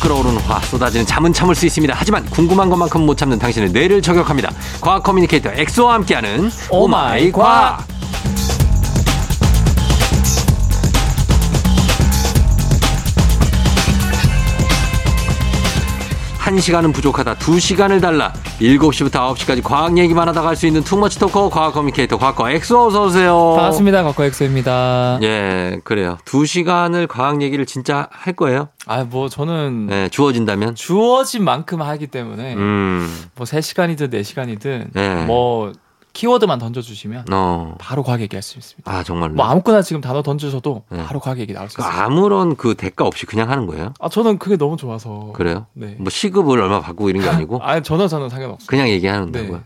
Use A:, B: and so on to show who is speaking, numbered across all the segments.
A: 끓어오르는 화 쏟아지는 잠은 참을 수 있습니다. 하지만 궁금한 것만큼 못 참는 당신의 뇌를 저격합니다. 과학 커뮤니케이터 엑소와 함께하는 오마이 과학. 한시간은 부족하다. 두시간을 달라. 7시부터 9시까지 과학 얘기만 하다 갈 수 있는 투머치 토커 과학 커뮤니케이터 과학과 엑소 어서 오세요.
B: 반갑습니다. 곽과 엑소입니다.
A: 예, 그래요. 두시간을 과학 얘기를 진짜 할 거예요?
B: 아, 뭐 저는
A: 네, 주어진다면.
B: 주어진 만큼 하기 때문에
A: 음.
B: 뭐 3시간이든 4시간이든
A: 네.
B: 뭐 키워드만 던져 주시면
A: 어.
B: 바로 과학 얘기할 수 있습니다.
A: 아, 정말로.
B: 뭐 아무거나 지금 단어 던져줘도
A: 네.
B: 바로 과학 얘기 나올 수
A: 그
B: 있어요.
A: 아무런 그 대가 없이 그냥 하는 거예요?
B: 아, 저는 그게 너무 좋아서.
A: 그래요?
B: 네.
A: 뭐 시급을 얼마 받고 이런 게 아니고
B: 아, 전혀 저는 상관없어요.
A: 그냥 얘기하는
B: 네.
A: 거고요.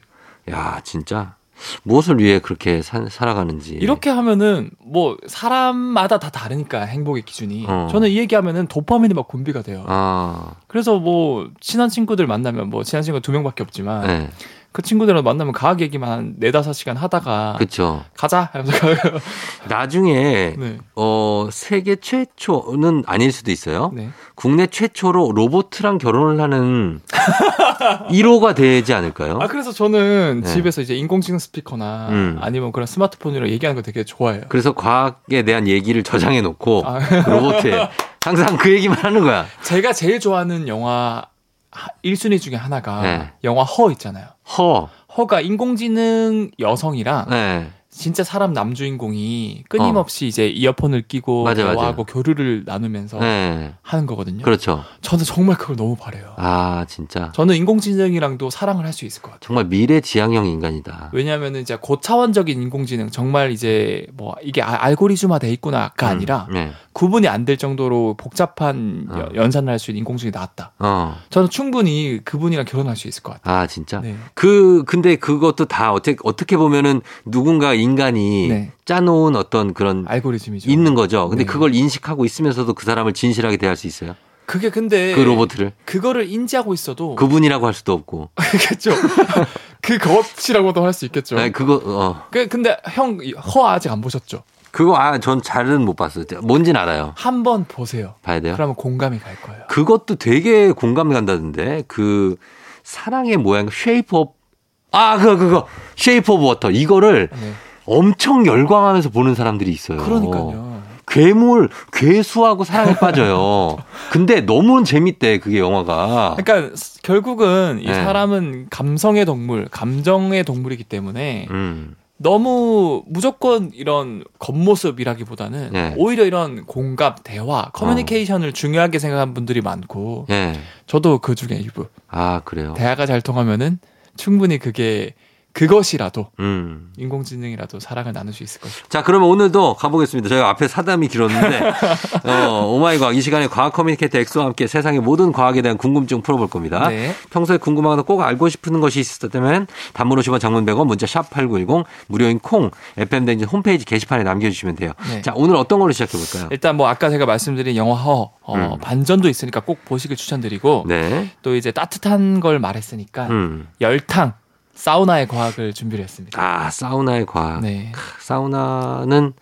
A: 야, 진짜 무엇을 위해 그렇게 사- 살아가는지.
B: 이렇게 하면은 뭐 사람마다 다 다르니까 행복의 기준이.
A: 어.
B: 저는 이 얘기하면은 도파민이 막 분비가 돼요.
A: 아,
B: 그래서 뭐 친한 친구들 만나면 뭐 친한 친구 두 명밖에 없지만
A: 네.
B: 그 친구들이랑 만나면 과학 얘기만 한 네다섯 시간 하다가
A: 그렇죠.
B: 가자 하면서 가요.
A: 나중에
B: 네.
A: 어 세계 최초는 아닐 수도 있어요.
B: 네.
A: 국내 최초로 로봇이랑 결혼을 하는 1호가 되지 않을까요?
B: 아 그래서 저는
A: 어? 네.
B: 집에서 이제 인공지능 스피커나
A: 음.
B: 아니면 그런 스마트폰으로 얘기하는 거 되게 좋아해요.
A: 그래서 과학에 대한 얘기를 저장해 놓고
B: 아.
A: 그 로봇에 항상 그 얘기만 하는 거야.
B: 제가 제일 좋아하는 영화 1순위 중에 하나가
A: 네.
B: 영화 허 있잖아요.
A: 허.
B: 허가 인공지능 여성이랑
A: 네.
B: 진짜 사람 남주인공이 끊임없이 이제 이어폰을 끼고
A: 맞아, 맞아.
B: 대화하고 교류를 나누면서
A: 네.
B: 하는 거거든요.
A: 그렇죠.
B: 저는 정말 그걸 너무 바래요.
A: 아, 진짜.
B: 저는 인공지능이랑도 사랑을 할 수 있을 것 같아요.
A: 정말 미래 지향형 인간이다.
B: 왜냐하면 이제 고차원적인 인공지능 정말 이제 뭐 이게 아- 알고리즘화 돼 있구나가 아니라
A: 음, 네.
B: 구분이 안 될 정도로 복잡한
A: 어.
B: 여- 연산을 할 수 있는 인공지능이 나왔다.
A: 어.
B: 저는 충분히 그분이랑 결혼할 수 있을 것 같아요.
A: 아, 진짜.
B: 네.
A: 그 근데 그것도 다 어떻게 어떻게 보면은 누군가 인간이
B: 네.
A: 짜놓은 어떤 그런
B: 알고리즘이죠.
A: 있는 거죠. 근데
B: 네.
A: 그걸 인식하고 있으면서도 그 사람을 진실하게 대할 수 있어요.
B: 그게 근데
A: 그 로봇을
B: 그거를 인지하고 네. 있어도
A: 그분이라고 할 수도 없고.
B: 그겠죠. 그것이라고도 할 수 있겠죠.
A: 아니, 그거 어
B: 그 근데 형 허 아직 안 보셨죠?
A: 그거 아 전 잘은 못 봤어요. 뭔진 알아요.
B: 한 번 보세요.
A: 봐야 돼요.
B: 그러면 공감이 갈 거예요.
A: 그것도 되게 공감 간다던데 그 사랑의 모양 쉐이프 업 아, 그거, 그거. 쉐이프 오브 워터. 이거를
B: 네.
A: 엄청 열광하면서 보는 사람들이 있어요.
B: 그러니까요.
A: 괴물, 괴수하고 사랑에 빠져요. 근데 너무 재밌대, 그게 영화가.
B: 그러니까 스- 결국은 이
A: 아. 네.
B: 사람은 감성의 동물, 감정의 동물이기 때문에
A: 음,
B: 너무 무조건 이런 겉모습이라기보다는
A: 네. 어.
B: 오히려 이런 공감, 대화, 커뮤니케이션을 중요하게 생각하는 분들이 많고
A: 예.
B: 저도 그 중에 일부
A: 아, 그래요.
B: 대화가 잘 통하면은 충분히 그게 그것이라도
A: 음.
B: 인공지능이라도 사랑을 나눌 수 있을 것이다.
A: 자, 그러면 오늘도 가보겠습니다. 저희가 앞에 사담이 길었는데, 어, 오마이 과학. 이 시간에 과학 커뮤니케이터 엑소와 함께 세상의 모든 과학에 대한 궁금증 풀어볼 겁니다.
B: 네.
A: 평소에 궁금한 거나 꼭 알고 싶은 것이 있었다면 단문 50원 장문 100원 문자 샵 8910 무료인 콩 FM 댕진 홈페이지 게시판에 남겨주시면 돼요.
B: 네.
A: 자 오늘 어떤 걸로 시작해 볼까요?
B: 일단 뭐 아까 제가 말씀드린 영화 허 어,
A: 음.
B: 반전도 있으니까 꼭 보시길 추천드리고
A: 네.
B: 또 이제 따뜻한 걸 말했으니까
A: 음.
B: 열탕 사우나의 과학을 준비를 했습니다.
A: 아 사우나의 과학.
B: 네.
A: 크, 사우나는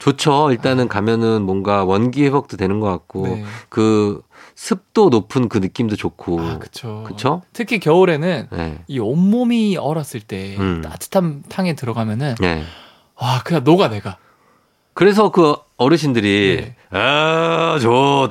A: 좋죠. 일단은 가면은 뭔가 원기 회복도 되는 것 같고
B: 네.
A: 그 습도 높은 그 느낌도 좋고.
B: 아, 그쵸.
A: 그쵸?
B: 특히 겨울에는
A: 네.
B: 이 온몸이 얼었을 때
A: 음.
B: 따뜻한 탕에 들어가면은
A: 네.
B: 와, 그냥 녹아 내가.
A: 그래서 그 어르신들이
B: 네.
A: 아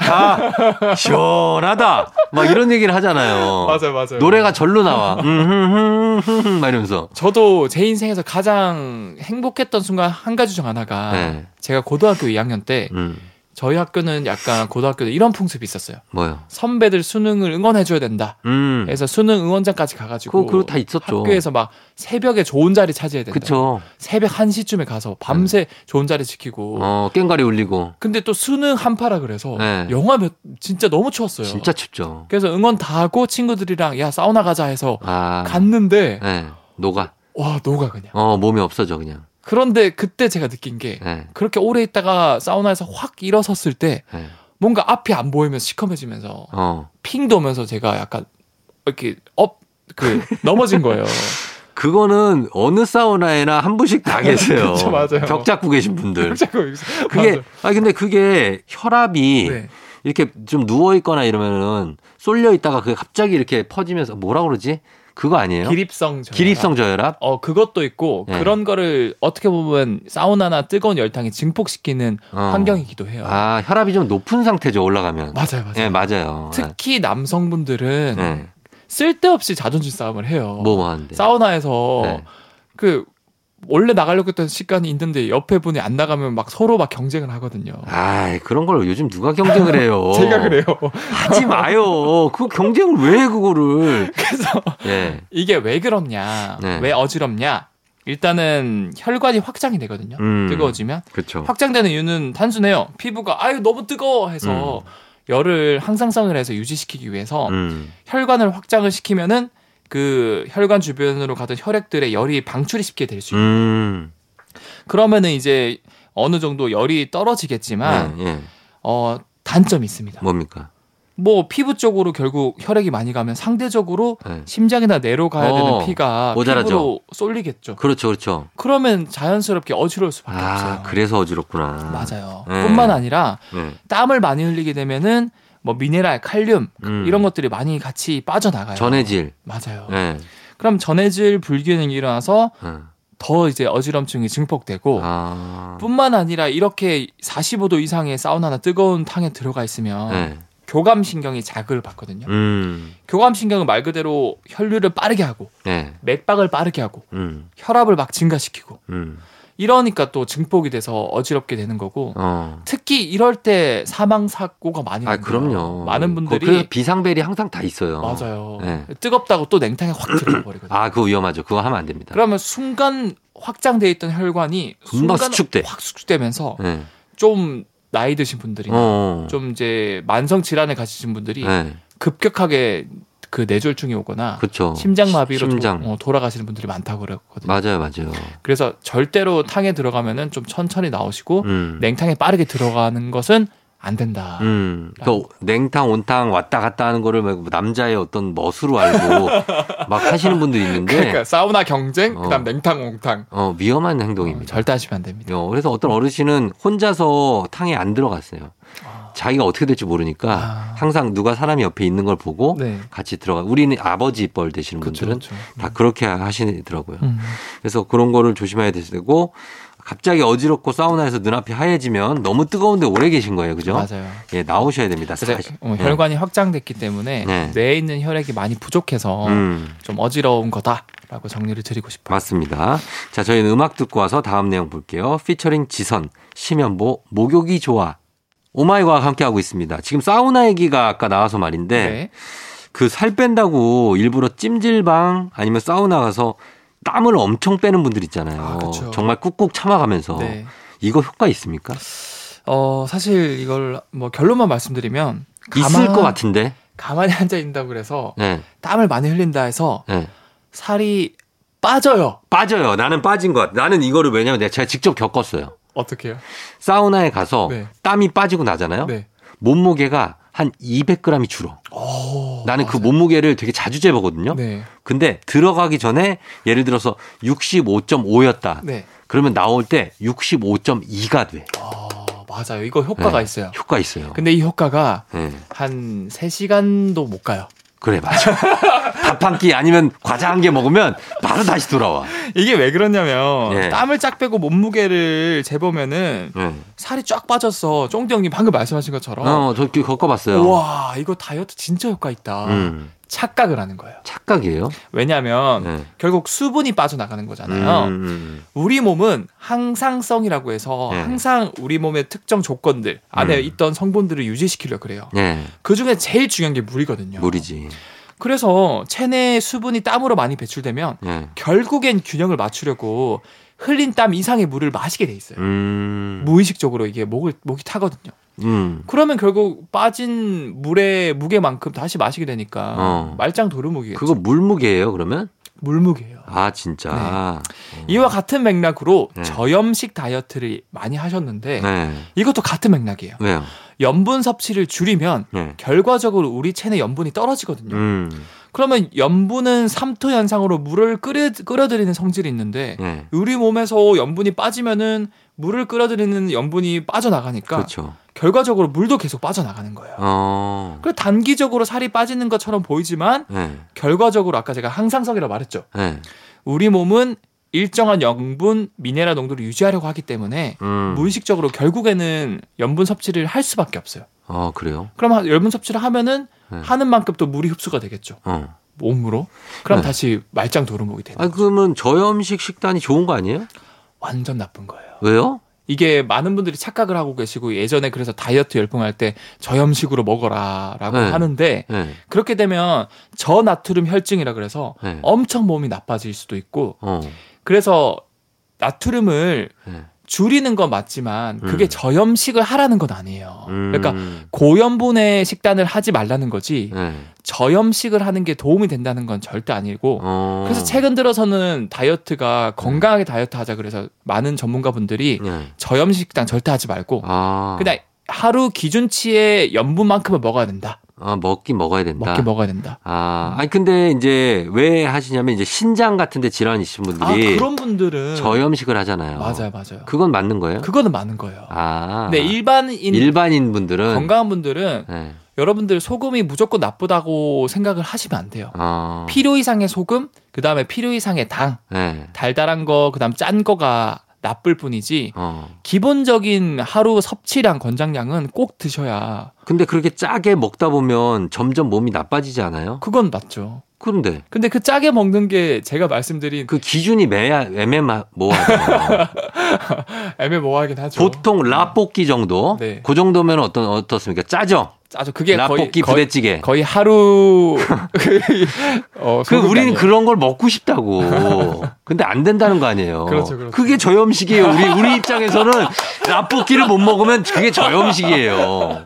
A: 좋다 시원하다 막 이런 얘기를 하잖아요.
B: 맞아요.
A: 어.
B: 음.
A: 노래가 절로 나와. 음, 음흠흠흠흠 막 이러면서.
B: 저도 제 인생에서 가장 행복했던 순간 한 가지 중 하나가
A: 네.
B: 제가 고등학교 2학년 때
A: 음.
B: 저희 학교는 약간 고등학교에 이런 풍습이 있었어요.
A: 뭐요?
B: 선배들 수능을 응원해 줘야 된다.
A: 음.
B: 그래서 수능 응원장까지 가 가지고
A: 그거 그거 다 있었죠.
B: 학교에서 막 새벽에 좋은 자리 차지해야 된다.
A: 그쵸.
B: 새벽 1시쯤에 가서 밤새 좋은 자리 지키고.
A: 네. 어, 깽가리 울리고.
B: 근데 또 수능 한파라 그래서
A: 네.
B: 영화 몇 진짜 너무 추웠어요.
A: 진짜 춥죠.
B: 그래서 응원 다 하고 친구들이랑 야 사우나 가자 해서
A: 아.
B: 갔는데
A: 네. 녹아.
B: 와 녹아 그냥.
A: 어, 몸이 없어져, 그냥.
B: 그런데 그때 제가 느낀 게
A: 네.
B: 그렇게 오래 있다가 사우나에서 확 일어섰을 때
A: 네.
B: 뭔가 앞이 안 보이면서 시커매지면서
A: 어.
B: 핑 도면서 제가 약간 이렇게 업 그 넘어진 거예요.
A: 그거는 어느 사우나에나 한 분씩 다 계세요.
B: 그쵸, 맞아요.
A: 네. 격 잡고 계신 분들.
B: 자꾸
A: 그게, 아 근데 그게 혈압이
B: 네.
A: 이렇게 좀 누워 있거나 이러면은 쏠려 있다가 그 갑자기 이렇게 퍼지면서 뭐라 그러지? 그거 아니에요?
B: 기립성 저혈압.
A: 기립성 저혈압?
B: 어 그것도 있고
A: 네.
B: 그런 거를 어떻게 보면 사우나나 뜨거운 열탕에 증폭시키는
A: 어.
B: 환경이기도 해요.
A: 아, 혈압이 좀 높은 상태죠, 올라가면.
B: 맞아요, 맞아요.
A: 예, 맞아요.
B: 특히 남성분들은
A: 예.
B: 쓸데없이 자존심 싸움을 해요.
A: 뭐, 뭐 하는데.
B: 사우나에서
A: 네.
B: 그 원래 나가려고 했던 시간이 있는데 옆에 분이 안 나가면 막 서로 막 경쟁을 하거든요.
A: 아, 뭐. 그런 걸 요즘 누가 경쟁을 해요?
B: 제가 그래요.
A: 하지 마요. 그 경쟁을 왜 해, 그거를?
B: 그래서
A: 예.
B: 이게 왜 그렇냐,
A: 네.
B: 왜 어지럽냐. 일단은 혈관이 확장이 되거든요.
A: 음.
B: 뜨거워지면
A: 그렇죠.
B: 어. 확장되는 이유는 단순해요. 피부가 아유 너무 뜨거워 해서 열을 항상성을 해서 유지시키기 위해서
A: 음.
B: 혈관을 확장을 시키면은 그 혈관 주변으로 가던 혈액들의 열이 방출이 쉽게 될 수 있고
A: 음.
B: 그러면은 이제 어느 정도 열이 떨어지겠지만
A: 예, 예.
B: 어 단점이 있습니다.
A: 뭡니까?
B: 뭐 피부 쪽으로 결국 혈액이 많이 가면 상대적으로
A: 예.
B: 심장이나 뇌로 가야
A: 어,
B: 되는 피가
A: 모자라죠.
B: 피부로 쏠리겠죠.
A: 그렇죠, 그렇죠.
B: 그러면 자연스럽게 어지러울 수밖에
A: 아,
B: 없어요.
A: 그래서 어지럽구나.
B: 맞아요.
A: 네.
B: 뿐만 아니라
A: 예.
B: 땀을 많이 흘리게 되면은 뭐 미네랄, 칼륨
A: 음.
B: 이런 것들이 많이 같이 빠져나가요.
A: 전해질.
B: 맞아요.
A: 예.
B: 그럼 전해질 불균형이 일어나서
A: 어.
B: 더 이제 어지럼증이 증폭되고
A: 아.
B: 뿐만 아니라 이렇게 45도 이상의 사우나나 뜨거운 탕에 들어가 있으면
A: 예.
B: 교감 신경이 자극을 받거든요.
A: 음.
B: 교감 신경은 말 그대로 혈류를 빠르게 하고
A: 예.
B: 맥박을 빠르게 하고
A: 음.
B: 혈압을 막 증가시키고
A: 음.
B: 이러니까 또 증폭이 돼서 어지럽게 되는 거고
A: 어.
B: 특히 이럴 때 사망 사고가 많이
A: 아,
B: 나요.
A: 그럼요.
B: 음. 많은
A: 거-
B: 분들이
A: 그래서 비상벨이 항상 다 있어요.
B: 맞아요.
A: 네.
B: 뜨겁다고 또 냉탕에 확 들어가 버리거든요.
A: 아, 그거 위험하죠. 그거 하면 안 됩니다.
B: 그러면 순간 확장돼 있던 혈관이
A: 금방
B: 순간
A: 수축돼.
B: 확 수축되면서
A: 예.
B: 좀 나이 드신 분들이나
A: 어.
B: 좀 이제 만성 질환을 가지신 분들이
A: 예.
B: 급격하게 그 뇌졸중이 오거나
A: 그렇죠.
B: 심장 마비로 어.
A: 심장.
B: 돌아가시는 분들이 많다고 그러거든요.
A: 맞아요, 맞아요.
B: 그래서 절대로 탕에 들어가면은 좀 천천히 나오시고
A: 음.
B: 냉탕에 빠르게 들어가는 것은 안 된다.
A: 음. 그
B: 아.
A: 냉탕 온탕 왔다 갔다 하는 거를 막 남자의 어떤 멋으로 알고 막 하시는 분들이 있는데
B: 그러니까 사우나 경쟁,
A: 네. 어.
B: 그다음 냉탕 옹탕
A: 어, 위험한
B: 어,
A: 행동입니다.
B: 절대 하시면 안 됩니다.
A: 어, 그래서 어떤 어르신은 혼자서 탕에 안 들어갔어요. 자기가 어떻게 될지 모르니까
B: 아.
A: 항상 누가 사람이 옆에 있는 걸 보고
B: 네.
A: 같이 들어가. 우리는 아버지 뻘 되시는
B: 그렇죠.
A: 분들은
B: 그렇죠.
A: 다 그렇게 하시더라고요.
B: 음.
A: 그래서 그런 거를 조심해야 되고 갑자기 어지럽고 사우나에서 눈앞이 하얘지면 너무 뜨거운데 오래 계신 거예요. 그죠?
B: 맞아요.
A: 예, 나오셔야 됩니다.
B: 그래서
A: 사실.
B: 어, 혈관이 확장됐기 때문에
A: 네.
B: 뇌에 있는 혈액이 많이 부족해서
A: 음,
B: 좀 어지러운 거다라고 정리를 드리고 싶어요.
A: 맞습니다. 자, 저희는 음악 듣고 와서 다음 내용 볼게요. 피처링 지선, 심연보, 목욕이 좋아. 오마이과와 함께하고 있습니다. 지금 사우나 얘기가 아까 나와서 말인데
B: 네.
A: 그 살 뺀다고 일부러 찜질방 아니면 사우나 가서 땀을 엄청 빼는 분들 있잖아요.
B: 아, 그쵸.
A: 정말 꾹꾹 참아가면서
B: 네.
A: 이거 효과 있습니까?
B: 어, 사실 이걸 뭐 결론만 말씀드리면
A: 있을 것 같은데.
B: 가만히 앉아 있는다고 그래서
A: 네,
B: 땀을 많이 흘린다 해서
A: 네.
B: 살이 빠져요.
A: 빠져요. 나는 빠진 것. 같아. 나는 이거를 왜냐면 내가 제가 직접 겪었어요.
B: 어떻게요?
A: 사우나에 가서
B: 네.
A: 땀이 빠지고 나잖아요.
B: 네.
A: 몸무게가 한 200g이 줄어.
B: 오,
A: 나는 그
B: 맞아요.
A: 몸무게를 되게 자주 재보거든요.
B: 네.
A: 근데 들어가기 전에 예를 들어서 65.5였다.
B: 네.
A: 그러면 나올 때 65.2가 돼.
B: 아, 맞아요. 그 이거 효과가
A: 네.
B: 있어요.
A: 효과 있어요.
B: 근데 이 효과가
A: 예.
B: 한 3시간도 못 가요.
A: 그래 맞아. 밥 한 끼 아니면 과자 한 개 먹으면 바로 다시 돌아와.
B: 이게 왜 그러냐면
A: 예.
B: 땀을 쫙 빼고 몸무게를 재보면은
A: 예.
B: 살이 쫙 빠졌어. 쫑디 형님 방금 말씀하신 것처럼
A: 어, 저 겪어봤어요.
B: 우와 이거 다이어트 진짜 효과 있다.
A: 음,
B: 착각을 하는 거예요.
A: 착각이에요.
B: 왜냐하면
A: 예.
B: 결국 수분이 빠져나가는 거잖아요.
A: 음, 음,
B: 우리 몸은 항상성이라고 해서
A: 네.
B: 항상 우리 몸의 특정 조건들 안에
A: 음.
B: 있던 성분들을 유지시키려 그래요.
A: 음. 예,
B: 그 중에 제일 중요한 게 물이거든요.
A: 무리지.
B: 그래서 체내 수분이 땀으로 많이 배출되면
A: 예.
B: 결국엔 균형을 맞추려고 흘린 땀 이상의 물을 마시게 돼 있어요.
A: 음,
B: 무의식적으로 이게 목을 목이 타거든요.
A: 음,
B: 그러면 결국 빠진 물의 무게만큼 다시 마시게 되니까
A: 어.
B: 말짱 도루묵이에요.
A: 그거 물무게예요 그러면?
B: 물무게예요.
A: 아 진짜.
B: 이와 같은 맥락으로
A: 네.
B: 저염식 다이어트를 많이 하셨는데
A: 네.
B: 이것도 같은 맥락이에요.
A: 왜요?
B: 염분 섭취를 줄이면
A: 네.
B: 결과적으로 우리 체내 염분이 떨어지거든요.
A: 음.
B: 그러면 염분은 삼투 현상으로 물을 끓여, 끓여들이는 성질이 있는데
A: 네.
B: 우리 몸에서 염분이 빠지면은 물을 끓여들이는 염분이 빠져나가니까
A: 그렇죠.
B: 결과적으로 물도 계속 빠져나가는 거예요.
A: 어.
B: 그래서 단기적으로 살이 빠지는 것처럼 보이지만
A: 네.
B: 결과적으로 아까 제가 항상성이라 말했죠.
A: 네.
B: 우리 몸은 일정한 염분, 미네랄 농도를 유지하려고 하기 때문에
A: 음.
B: 무의식적으로 결국에는 염분 섭취를 할 수밖에 없어요.
A: 어, 그래요.
B: 그럼 한- 염분 섭취를 하면은
A: 네.
B: 하는 만큼 또 물이 흡수가 되겠죠.
A: 어.
B: 몸으로. 그럼
A: 네.
B: 다시 말짱 도루묵이 되는
A: 아, 그러면 저염식 식단이 좋은 거 아니에요?
B: 완전 나쁜 거예요.
A: 왜요?
B: 이게 많은 분들이 착각을 하고 계시고 예전에 그래서 다이어트 열풍할 때 저염식으로 먹어라라고
A: 네.
B: 하는데
A: 네.
B: 그렇게 되면 저나트륨 혈증이라 그래서
A: 네.
B: 엄청 몸이 나빠질 수도 있고
A: 어.
B: 그래서 나트륨을
A: 네.
B: 줄이는 건 맞지만 그게
A: 음.
B: 저염식을 하라는 건 아니에요.
A: 음.
B: 그러니까 고염분의 식단을 하지 말라는 거지
A: 네.
B: 저염식을 하는 게 도움이 된다는 건 절대 아니고
A: 어.
B: 뭐
A: 음.
B: 그래서 최근 들어서는 다이어트가 건강하게 다이어트 하자 그래서 많은 전문가분들이
A: 네.
B: 저염식 식단 절대 하지 말고
A: 아.
B: 그냥 하루 기준치의 염분만큼은 먹어야 된다.
A: 아, 먹긴 먹어야 된다.
B: 먹게 먹어야 된다.
A: 아, 아니 근데 이제 왜 하시냐면 이제 신장 같은 데 질환이 있으신
B: 아
A: 분들이
B: 그런 분들은
A: 저염식을 하잖아요.
B: 맞아요, 맞아요.
A: 그건 맞는 거예요?
B: 그거는 많은 거예요.
A: 아.
B: 근데 네, 일반인
A: 일반인 분들은
B: 건강한 분들은
A: 네.
B: 여러분들 소금이 무조건 나쁘다고 생각을 하시면 안 돼요.
A: 어.
B: 필요 이상의 소금, 그 다음에 필요 이상의 당,
A: 네.
B: 달달한 거, 그 다음 짠 거가 나쁠 뿐이지,
A: 어.
B: 기본적인 하루 섭취량, 권장량은 꼭 드셔야,
A: 근데 그렇게 짜게 먹다 보면 점점 몸이 나빠지지 않아요?
B: 그건 맞죠.
A: 그런데
B: 근데 그 짜게 먹는 게 제가 말씀드린
A: 그 기준이 매야 뭐
B: 그렇죠.
A: 애매모호하잖아요.
B: 애매모호하긴 하죠.
A: 보통 라볶이 정도?
B: 네.
A: 그 정도면 어떤 어떻습니까? 짜죠.
B: 아주 그게 거의,
A: 라볶이
B: 거의,
A: 부대찌개.
B: 거의 하루, 어,
A: 그
B: 소금이
A: 우리는
B: 아니에요.
A: 그런 걸 먹고 싶다고. 근데 안 된다는 거 아니에요.
B: 그렇죠, 그렇죠.
A: 게 저염식이에요. 우리 우리 입장에서는 라볶이를 못 먹으면 그게 저염식이에요.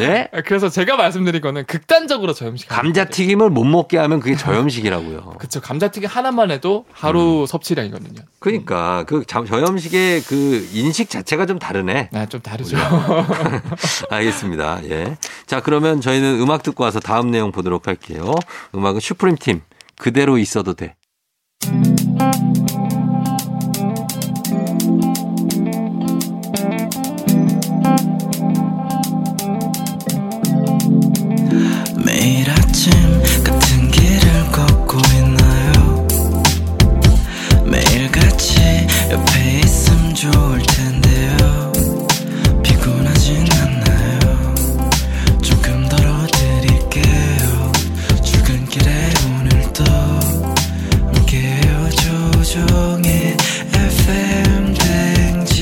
A: 예?
B: 아, 그래서 제가 말씀드린 거는 극단적으로 저염식.
A: 감자튀김을 못 먹게 하면 그게 저염식이라고요.
B: 그쵸. 감자튀김 하나만 해도 하루
A: 음.
B: 섭취량이거든요.
A: 그러니까 그 자- 저염식의 그 인식 자체가 좀 다르네.
B: 아, 좀 다르죠.
A: 알겠습니다. 예. 자, 그러면 저희는 음악 듣고 와서 다음 내용 보도록 할게요. 음악은 슈프림 팀 그대로 있어도 돼.
C: 매일 아침 같은 길을 걷고 있나요 매일 같이 옆에 있음 좋을 텐데요 피곤하진 않나요 조금 덜어드릴게요 출근길에 오늘도 함께해요 조종의 FM 댕진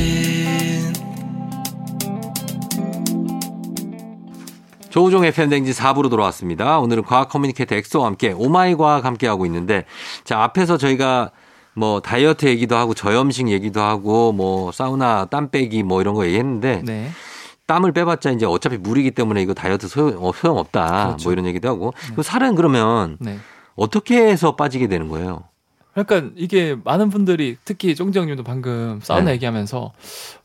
A: 조우종 FM 댕지 4부로 돌아왔습니다. 오늘은 과학 커뮤니케이터 엑소와 함께 오마이 과학 함께 하고 있는데 자, 앞에서 저희가 뭐 다이어트 얘기도 하고 저염식 얘기도 하고 뭐 사우나 땀 빼기 뭐 이런 거 얘기했는데
B: 네.
A: 땀을 빼봤자 이제 어차피 물이기 때문에 이거 다이어트 소용, 어, 소용없다
B: 그렇죠.
A: 뭐 이런 얘기도 하고 그럼 살은 그러면
B: 네.
A: 어떻게 해서 빠지게 되는 거예요?
B: 그러니까 이게 많은 분들이 특히 쫑지 형님도 방금 사우나
A: 네.
B: 얘기하면서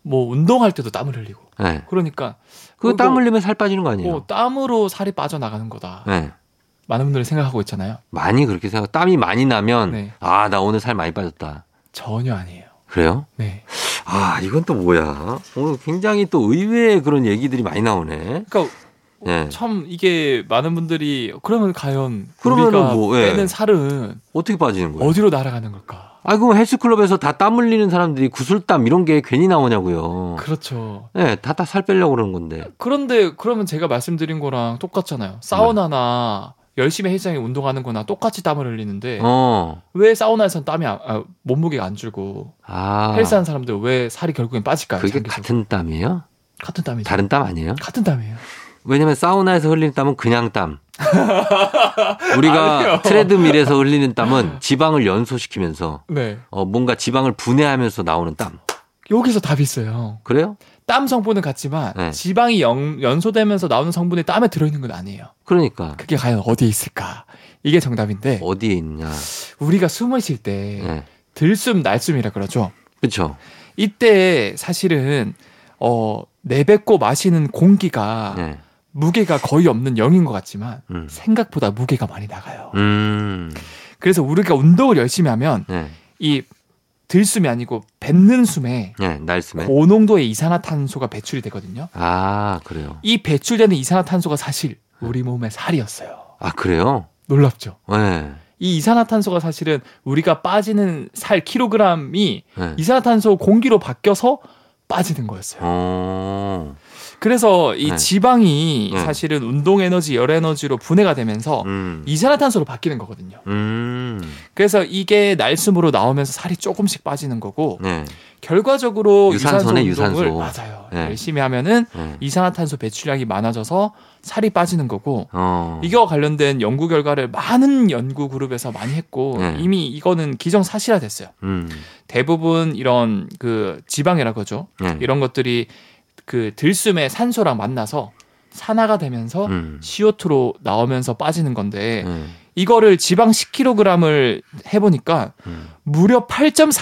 B: 뭐 운동할 때도 땀을 흘리고
A: 네.
B: 그러니까
A: 그 땀
B: 그거-
A: 흘리면 살 빠지는 거 아니에요?
B: 뭐 땀으로 살이 빠져나가는 거다.
A: 네.
B: 많은 분들이 생각하고 있잖아요.
A: 많이 그렇게 생각. 땀이 많이 나면
B: 네.
A: 아 나 오늘 살 많이 빠졌다.
B: 전혀 아니에요.
A: 그래요?
B: 네.
A: 아 이건 또 뭐야? 오늘 굉장히 또 의외의 그런 얘기들이 많이 나오네.
B: 그러니까
A: 예.
B: 참 이게 많은 분들이 그러면 과연
A: 그러면은
B: 우리가
A: 뭐, 예.
B: 빼는 살은
A: 어떻게 빠지는 거예요?
B: 어디로 날아가는 걸까?
A: 아 그럼 헬스클럽에서 다 땀 흘리는 사람들이 구슬땀 이런 게 괜히 나오냐고요.
B: 그렇죠.
A: 예, 다 다 살 빼려고 그러는 건데.
B: 그런데 그러면 제가 말씀드린 거랑 똑같잖아요. 사우나나 열심히 헬스장에 운동하는 거나 똑같이 땀을 흘리는데
A: 네. 어.
B: 왜 사우나에선 땀이 안- 아, 몸무게가 안 줄고
A: 아.
B: 헬스하는 사람들 왜 살이 결국엔 빠질까요?
A: 그게
B: 장기적으로?
A: 같은 땀이에요?
B: 같은 땀이죠.
A: 다른 땀 아니에요?
B: 같은 땀이에요.
A: 왜냐면 사우나에서 흘리는 땀은 그냥 땀. 우리가
B: 아니에요.
A: 트레드밀에서 흘리는 땀은 지방을 연소시키면서
B: 네.
A: 어, 뭔가 지방을 분해하면서 나오는 땀.
B: 여기서 답이 있어요.
A: 그래요?
B: 땀 성분은 같지만
A: 네.
B: 지방이 연, 연소되면서 나오는 성분이 땀에 들어있는 건 아니에요.
A: 그러니까
B: 그게 과연 어디에 있을까? 이게 정답인데
A: 어디에 있냐.
B: 우리가 숨을 쉴 때
A: 예.
B: 들숨 날숨이라 그러죠.
A: 그렇죠.
B: 이때 사실은 어, 내뱉고 마시는 공기가
A: 네.
B: 무게가 거의 없는 영인 것 같지만
A: 음.
B: 생각보다 무게가 많이 나가요.
A: 음.
B: 그래서 우리가 운동을 열심히 하면
A: 네.
B: 이 들숨이 아니고 뱉는 숨에
A: 네. 날숨에.
B: 고농도의 이산화탄소가 배출이 되거든요.
A: 아, 그래요.
B: 이 배출되는 이산화탄소가 사실 우리 몸의 살이었어요.
A: 아, 그래요?
B: 놀랍죠.
A: 네.
B: 이 이산화탄소가 사실은 우리가 빠지는 살 킬로그램이
A: 네.
B: 이산화탄소 공기로 바뀌어서 빠지는 거였어요.
A: 어.
B: 그래서 이
A: 네.
B: 지방이
A: 네.
B: 사실은 운동 에너지, 열 에너지로 분해가 되면서
A: 음.
B: 이산화탄소로 바뀌는 거거든요.
A: 음.
B: 그래서 이게 날숨으로 나오면서 살이 조금씩 빠지는 거고
A: 네.
B: 결과적으로 유산소
A: 유산소네,
B: 운동을
A: 유산소.
B: 맞아요.
A: 네.
B: 열심히 하면은
A: 네.
B: 이산화탄소 배출량이 많아져서 살이 빠지는 거고
A: 어.
B: 이거와 관련된 연구 결과를 많은 연구 그룹에서 많이 했고
A: 네.
B: 이미 이거는 기정사실화 됐어요.
A: 음.
B: 대부분 이런 그 지방이라고 하죠.
A: 네.
B: 이런 것들이 그 들숨의 산소랑 만나서 산화가 되면서
A: 음.
B: CO2로 나오면서 빠지는 건데
A: 네.
B: 이거를 지방 10kg을 해보니까
A: 음.
B: 무려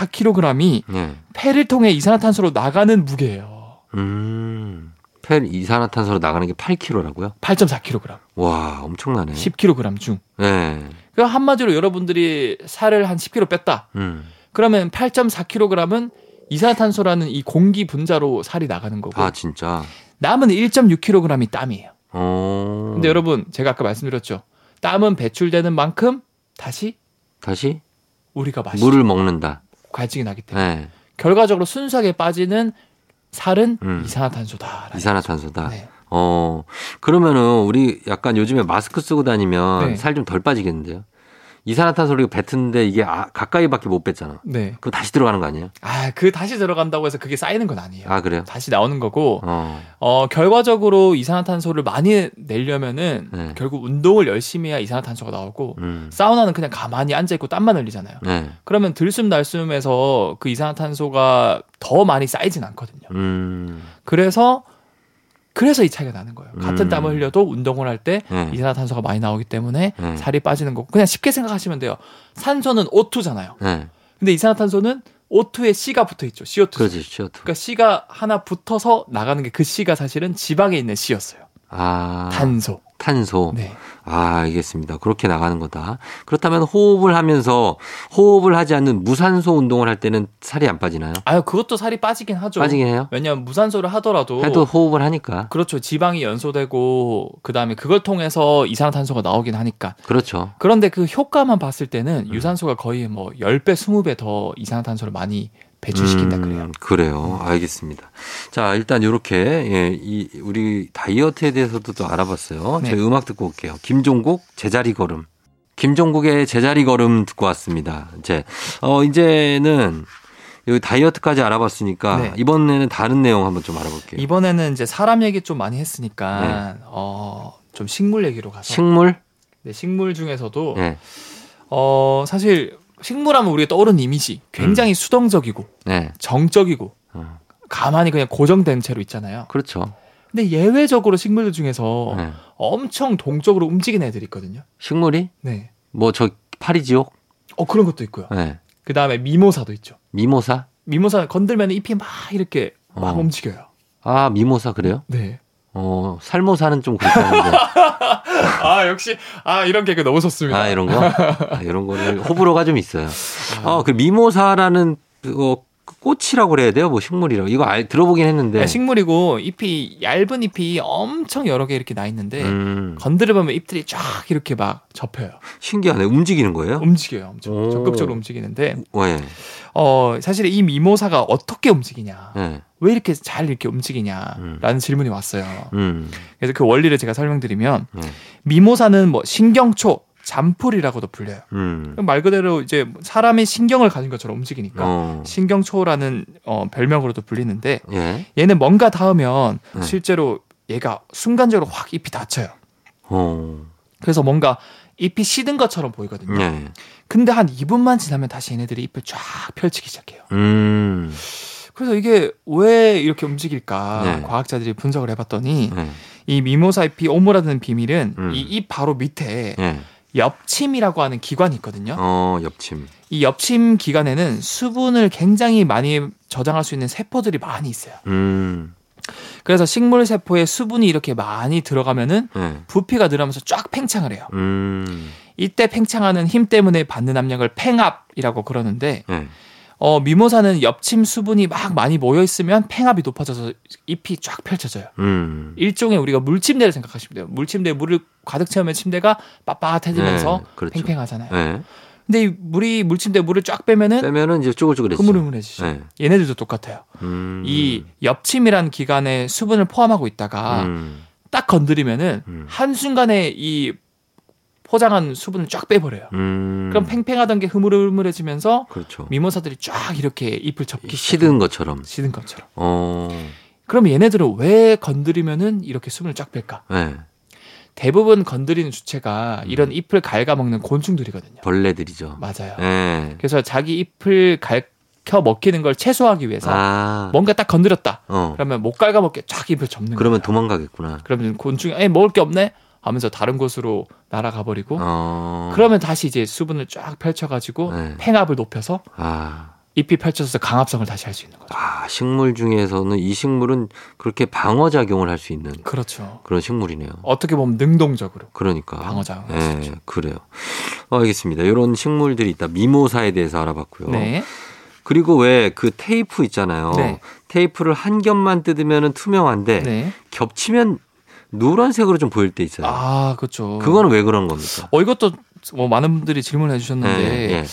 B: 8.4kg이
A: 네.
B: 폐를 통해 이산화탄소로 나가는 무게예요.
A: 음. 폐 이산화탄소로 나가는 게 8kg라고요?
B: 8.4kg,
A: 와, 엄청나네.
B: 10kg 중.
A: 네.
B: 그 한마디로 여러분들이 살을 한 10kg 뺐다.
A: 음.
B: 그러면 8.4kg은 이산화탄소라는 이 공기 분자로 살이 나가는 거고
A: 아, 진짜.
B: 남은 1.6kg이 땀이에요.
A: 어.
B: 근데 여러분 제가 아까 말씀드렸죠. 땀은 배출되는 만큼 다시
A: 다시
B: 우리가 마시고
A: 물을 먹는다.
B: 갈증이 나기 때문에
A: 네.
B: 결과적으로 순수하게 빠지는 살은
A: 음.
B: 이산화탄소다.
A: 이산화탄소다.
B: 네.
A: 어. 그러면은 우리 약간 요즘에 마스크 쓰고 다니면
B: 네.
A: 살 좀 덜 빠지겠는데요? 이산화탄소를 이거 뱉는데 이게 아, 가까이밖에 못 뱉잖아.
B: 네.
A: 그럼 다시 들어가는 거 아니에요?
B: 아, 그 다시 들어간다고 해서 그게 쌓이는 건 아니에요.
A: 아, 그래요?
B: 다시 나오는 거고
A: 어.
B: 어, 결과적으로 이산화탄소를 많이 내려면은
A: 네.
B: 결국 운동을 열심히 해야 이산화탄소가 나오고
A: 음.
B: 사우나는 그냥 가만히 앉아 있고 땀만 흘리잖아요.
A: 네.
B: 그러면 들숨 날숨에서 그 이산화탄소가 더 많이 쌓이진 않거든요.
A: 음.
B: 그래서 그래서 이 차이가 나는 거예요. 같은
A: 음.
B: 땀을 흘려도 운동을 할 때
A: 네.
B: 이산화탄소가 많이 나오기 때문에
A: 네.
B: 살이 빠지는 거고 그냥 쉽게 생각하시면 돼요. 산소는 O2잖아요.
A: 네.
B: 근데 이산화탄소는 O2에 C가 붙어 있죠. CO2.
A: 그렇지, CO2.
B: 그러니까 C가 하나 붙어서 나가는 게 그 C가 사실은 지방에 있는 C였어요.
A: 아.
B: 탄소.
A: 탄소.
B: 네.
A: 아, 알겠습니다. 그렇게 나가는 거다. 그렇다면 호흡을 하면서 호흡을 하지 않는 무산소 운동을 할 때는 살이 안 빠지나요?
B: 아유 그것도 살이 빠지긴 하죠.
A: 빠지긴 해요?
B: 왜냐하면 무산소를 하더라도
A: 해도 호흡을 하니까.
B: 그렇죠. 지방이 연소되고 그다음에 그걸 통해서 이산화탄소가 나오긴 하니까.
A: 그렇죠.
B: 그런데 그 효과만 봤을
A: 음.
B: 때는 유산소가 거의 뭐 10배, 20배 더 이산화탄소를 많이 배출시킨다 그래요.
A: 음, 그래요. 알겠습니다. 자, 일단 요렇게 예, 이 우리 다이어트에 대해서도 또 알아봤어요.
B: 네.
A: 저희 음악 듣고 올게요. 김종국 제자리 걸음. 김종국의 제자리 걸음 듣고 왔습니다. 이제 어 이제는 요 다이어트까지 알아봤으니까
B: 네.
A: 이번에는 다른 내용 한번 좀 알아볼게요.
B: 이번에는 이제 사람 얘기 좀 많이 했으니까 어, 좀 식물 얘기로 가서
A: 네. 식물?
B: 네, 식물 중에서도
A: 네.
B: 어, 사실 식물하면 우리가 떠오르는 이미지
A: 음.
B: 굉장히 수동적이고
A: 네.
B: 정적이고
A: 어,
B: 가만히 그냥 고정된 채로 있잖아요.
A: 그렇죠.
B: 근데 예외적으로 식물들 중에서
A: 네.
B: 엄청 동적으로 움직이는 애들이 있거든요.
A: 식물이
B: 네.
A: 뭐 저 파리지옥?
B: 어 그런 것도 있고요.
A: 네.
B: 그 다음에 미모사도 있죠.
A: 미모사?
B: 미모사 건들면 잎이 막 이렇게 막
A: 어.
B: 움직여요.
A: 아, 미모사 그래요?
B: 네.
A: 어, 살모사는 좀 그렇다는데.
B: 아 역시 아 이런 개그 너무 좋습니다.
A: 아, 이런 거? 아, 이런 거를 호불호가 좀 있어요.
B: 아,
A: 어, 그 미모사라는 그, 어, 꽃이라고 그래야 돼요? 뭐 식물이라고. 이거 알, 들어보긴 했는데.
B: 네, 식물이고 잎이 얇은 잎이 엄청 여러 개 이렇게 나 있는데
A: 음,
B: 건드려보면 잎들이 쫙 이렇게 막 접혀요.
A: 신기하네. 움직이는 거예요?
B: 움직여요. 엄청
A: 오.
B: 적극적으로 움직이는데
A: 예.
B: 어 사실 이 미모사가 어떻게 움직이냐,
A: 예.
B: 왜 이렇게 잘 이렇게 움직이냐라는 질문이 왔어요.
A: 음.
B: 그래서 그 원리를 제가 설명드리면
A: 네.
B: 미모사는 뭐 신경초, 잔풀이라고도 불려요.
A: 음.
B: 말 그대로 이제 사람의 신경을 가진 것처럼 움직이니까
A: 어.
B: 신경초라는 어, 별명으로도 불리는데
A: 예.
B: 얘는 뭔가 닿으면
A: 네.
B: 실제로 얘가 순간적으로 확 잎이 닫혀요.
A: 어.
B: 그래서 뭔가 잎이 시든 것처럼 보이거든요.
A: 예.
B: 근데 한 2분만 지나면 다시 얘네들이 잎을 쫙 펼치기 시작해요.
A: 음.
B: 그래서 이게 왜 이렇게 움직일까
A: 네.
B: 과학자들이 분석을 해봤더니
A: 예.
B: 이 미모사 잎이 오므라드는 비밀은
A: 음.
B: 이 잎 바로 밑에
A: 예.
B: 엽침이라고 하는 기관이 있거든요.
A: 어, 옆침.
B: 이 엽침 기관에는 수분을 굉장히 많이 저장할 수 있는 세포들이 많이 있어요.
A: 음.
B: 그래서 식물 세포에 수분이 이렇게 많이 들어가면은
A: 네.
B: 부피가 늘어나면서 쫙 팽창을 해요.
A: 음.
B: 이때 팽창하는 힘 때문에 받는 압력을 팽압이라고 그러는데
A: 네.
B: 어, 미모사는 옆침 수분이 막 많이 모여 있으면 팽압이 높아져서 잎이 쫙 펼쳐져요.
A: 음.
B: 일종의 우리가 물침대를 생각하시면 돼요. 물침대에 물을 가득 채우면 침대가 빳빳해지면서
A: 네, 그렇죠.
B: 팽팽하잖아요.
A: 네.
B: 근데 이 물이 물침대 물을 쫙 빼면은
A: 빼면은 이제 쪼글쪼글해지죠.
B: 흐물흐물해지죠.
A: 네.
B: 얘네들도 똑같아요.
A: 음.
B: 이 아. 옆침이란 기관에 수분을 포함하고 있다가
A: 음.
B: 딱 건드리면은
A: 음.
B: 한순간에 이 포장한 수분을 쫙 빼버려요.
A: 음.
B: 그럼 팽팽하던 게 흐물흐물해지면서
A: 그렇죠.
B: 미모사들이 쫙 이렇게 잎을 접기 시작해요.
A: 시든 것처럼.
B: 시든 것처럼.
A: 어.
B: 그럼 얘네들은 왜 건드리면은 이렇게 수분을 쫙 뺄까?
A: 네.
B: 대부분 건드리는 주체가
A: 음.
B: 이런 잎을 갉아먹는 곤충들이거든요.
A: 벌레들이죠.
B: 맞아요.
A: 네.
B: 그래서 자기 잎을 갉혀 먹히는 걸 최소화하기 위해서
A: 아.
B: 뭔가 딱 건드렸다.
A: 어.
B: 그러면 못 갉아먹게 쫙 잎을 접는 거예요.
A: 그러면 도망가겠구나.
B: 그러면 곤충이 에 먹을 게 없네 하면서 다른 곳으로 날아가 버리고
A: 어.
B: 그러면 다시 이제 수분을 쫙 펼쳐가지고
A: 네.
B: 팽압을 높여서
A: 아.
B: 잎이 펼쳐져서 강압성을 다시 할 수 있는 거죠.
A: 아, 식물 중에서는 이 식물은 그렇게 방어 작용을 할 수 있는
B: 그렇죠.
A: 그런 식물이네요.
B: 어떻게 보면 능동적으로
A: 그러니까
B: 방어 작용을 할수
A: 예,
B: 있죠.
A: 그래요. 어, 알겠습니다. 이런 식물들이 있다. 미모사에 대해서 알아봤고요.
B: 네.
A: 그리고 왜 그 테이프 있잖아요.
B: 네.
A: 테이프를 한 겹만 뜯으면 투명한데
B: 네.
A: 겹치면 노란색으로 좀 보일 때 있어요.
B: 아, 그렇죠.
A: 네. 그거는 왜 그런 겁니까?
B: 어, 이것도 뭐 많은 분들이 질문해 주셨는데
A: 예, 예.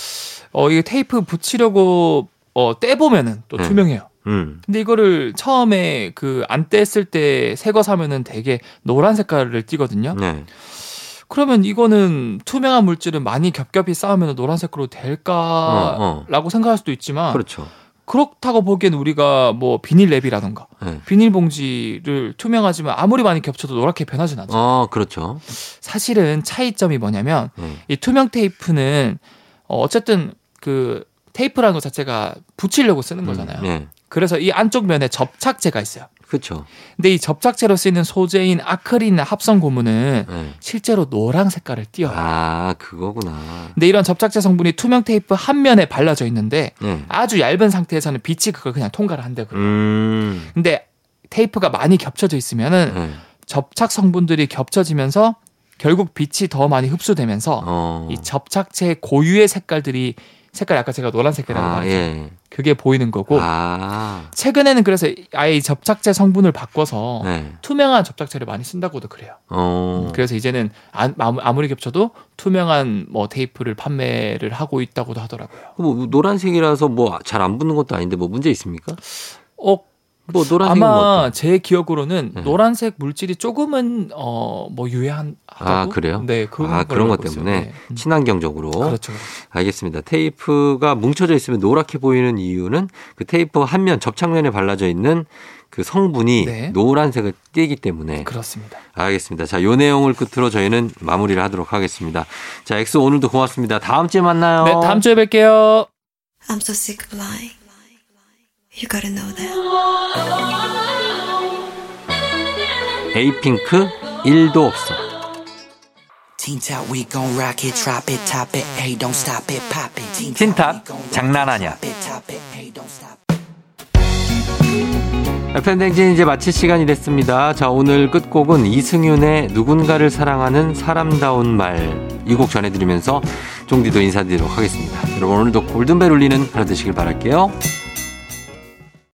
B: 어, 이게 테이프 붙이려고 어, 떼보면은 또
A: 네.
B: 투명해요.
A: 음.
B: 근데 이거를 처음에 그 안 뗐을 때 새 거 사면은 되게 노란 색깔을 띠거든요.
A: 네.
B: 그러면 이거는 투명한 물질은 많이 겹겹이 쌓으면 노란색으로
A: 어,
B: 될까라고
A: 어.
B: 생각할 수도 있지만
A: 그렇죠.
B: 그렇다고 보기엔 우리가 뭐 비닐랩이라던가
A: 네.
B: 비닐봉지를 투명하지만 아무리 많이 겹쳐도 노랗게 변하진 않죠.
A: 어, 그렇죠.
B: 사실은 차이점이 뭐냐면
A: 네.
B: 이 투명 테이프는 어, 어쨌든 그 테이프라는 것 자체가 붙이려고 쓰는 거잖아요.
A: 네.
B: 그래서 이 안쪽 면에 접착제가 있어요.
A: 그렇죠.
B: 근데 이 접착제로 쓰이는 소재인 아크릴이나 합성 고무는
A: 네.
B: 실제로 노랑 색깔을 띄어요.
A: 아, 그거구나.
B: 근데 이런 접착제 성분이 투명 테이프 한 면에 발라져 있는데
A: 네.
B: 아주 얇은 상태에서는 빛이 그걸 그냥 통과를 한다고요.
A: 음.
B: 근데 테이프가 많이 겹쳐져 있으면은
A: 네.
B: 접착 성분들이 겹쳐지면서 결국 빛이 더 많이 흡수되면서
A: 어.
B: 이 접착제 고유의 색깔들이 색깔 아까 제가 노란색이라고
A: 아,
B: 말했죠.
A: 예.
B: 그게 보이는 거고
A: 아.
B: 최근에는 그래서 아예 이 접착제 성분을 바꿔서
A: 네.
B: 투명한 접착제를 많이 쓴다고도 그래요.
A: 어.
B: 어. 음. 그래서 이제는 안- 아무- 아무리 겹쳐도 투명한 뭐 테이프를 판매를 하고 있다고도 하더라고요.
A: 뭐 노란색이라서 뭐 잘 안 붙는 것도 아닌데 뭐 문제 있습니까?
B: 어,
A: 뭐 노란색은
B: 아마
A: 뭐
B: 제 기억으로는
A: 네.
B: 노란색 물질이 조금은 어뭐 유해한
A: 아, 그래요?
B: 네, 그런
A: 아,
B: 걸로
A: 그런 것
B: 알고 있어요.
A: 때문에?
B: 네. 음.
A: 친환경적으로
B: 그렇죠.
A: 알겠습니다. 테이프가 뭉쳐져 있으면 노랗게 보이는 이유는 그 테이프 한 면 접착면에 발라져 있는 그 성분이
B: 네.
A: 노란색을 띠기 때문에
B: 그렇습니다.
A: 알겠습니다. 자, 요 내용을 끝으로 저희는 마무리를 하도록 하겠습니다. 자, 엑소 오늘도 고맙습니다. 다음 주에 만나요.
B: 네, 다음 주에 뵐게요.
D: I'm so sick of lying. You gotta know that.
A: 에이핑크 1도 없어.
C: Teen Top, we gon' rock it, drop it, top it, hey, don't stop it, pop it. Teen
A: 틴탑, 장난하냐. 팬댕진 이제 마칠 시간이 됐습니다. 자, 오늘 끝곡은 이승윤의 누군가를 사랑하는 사람다운 말. 이 곡 전해드리면서 종디도 인사드리도록 하겠습니다. 여러분, 오늘도 골든벨 울리는 하루 되시길 바랄게요.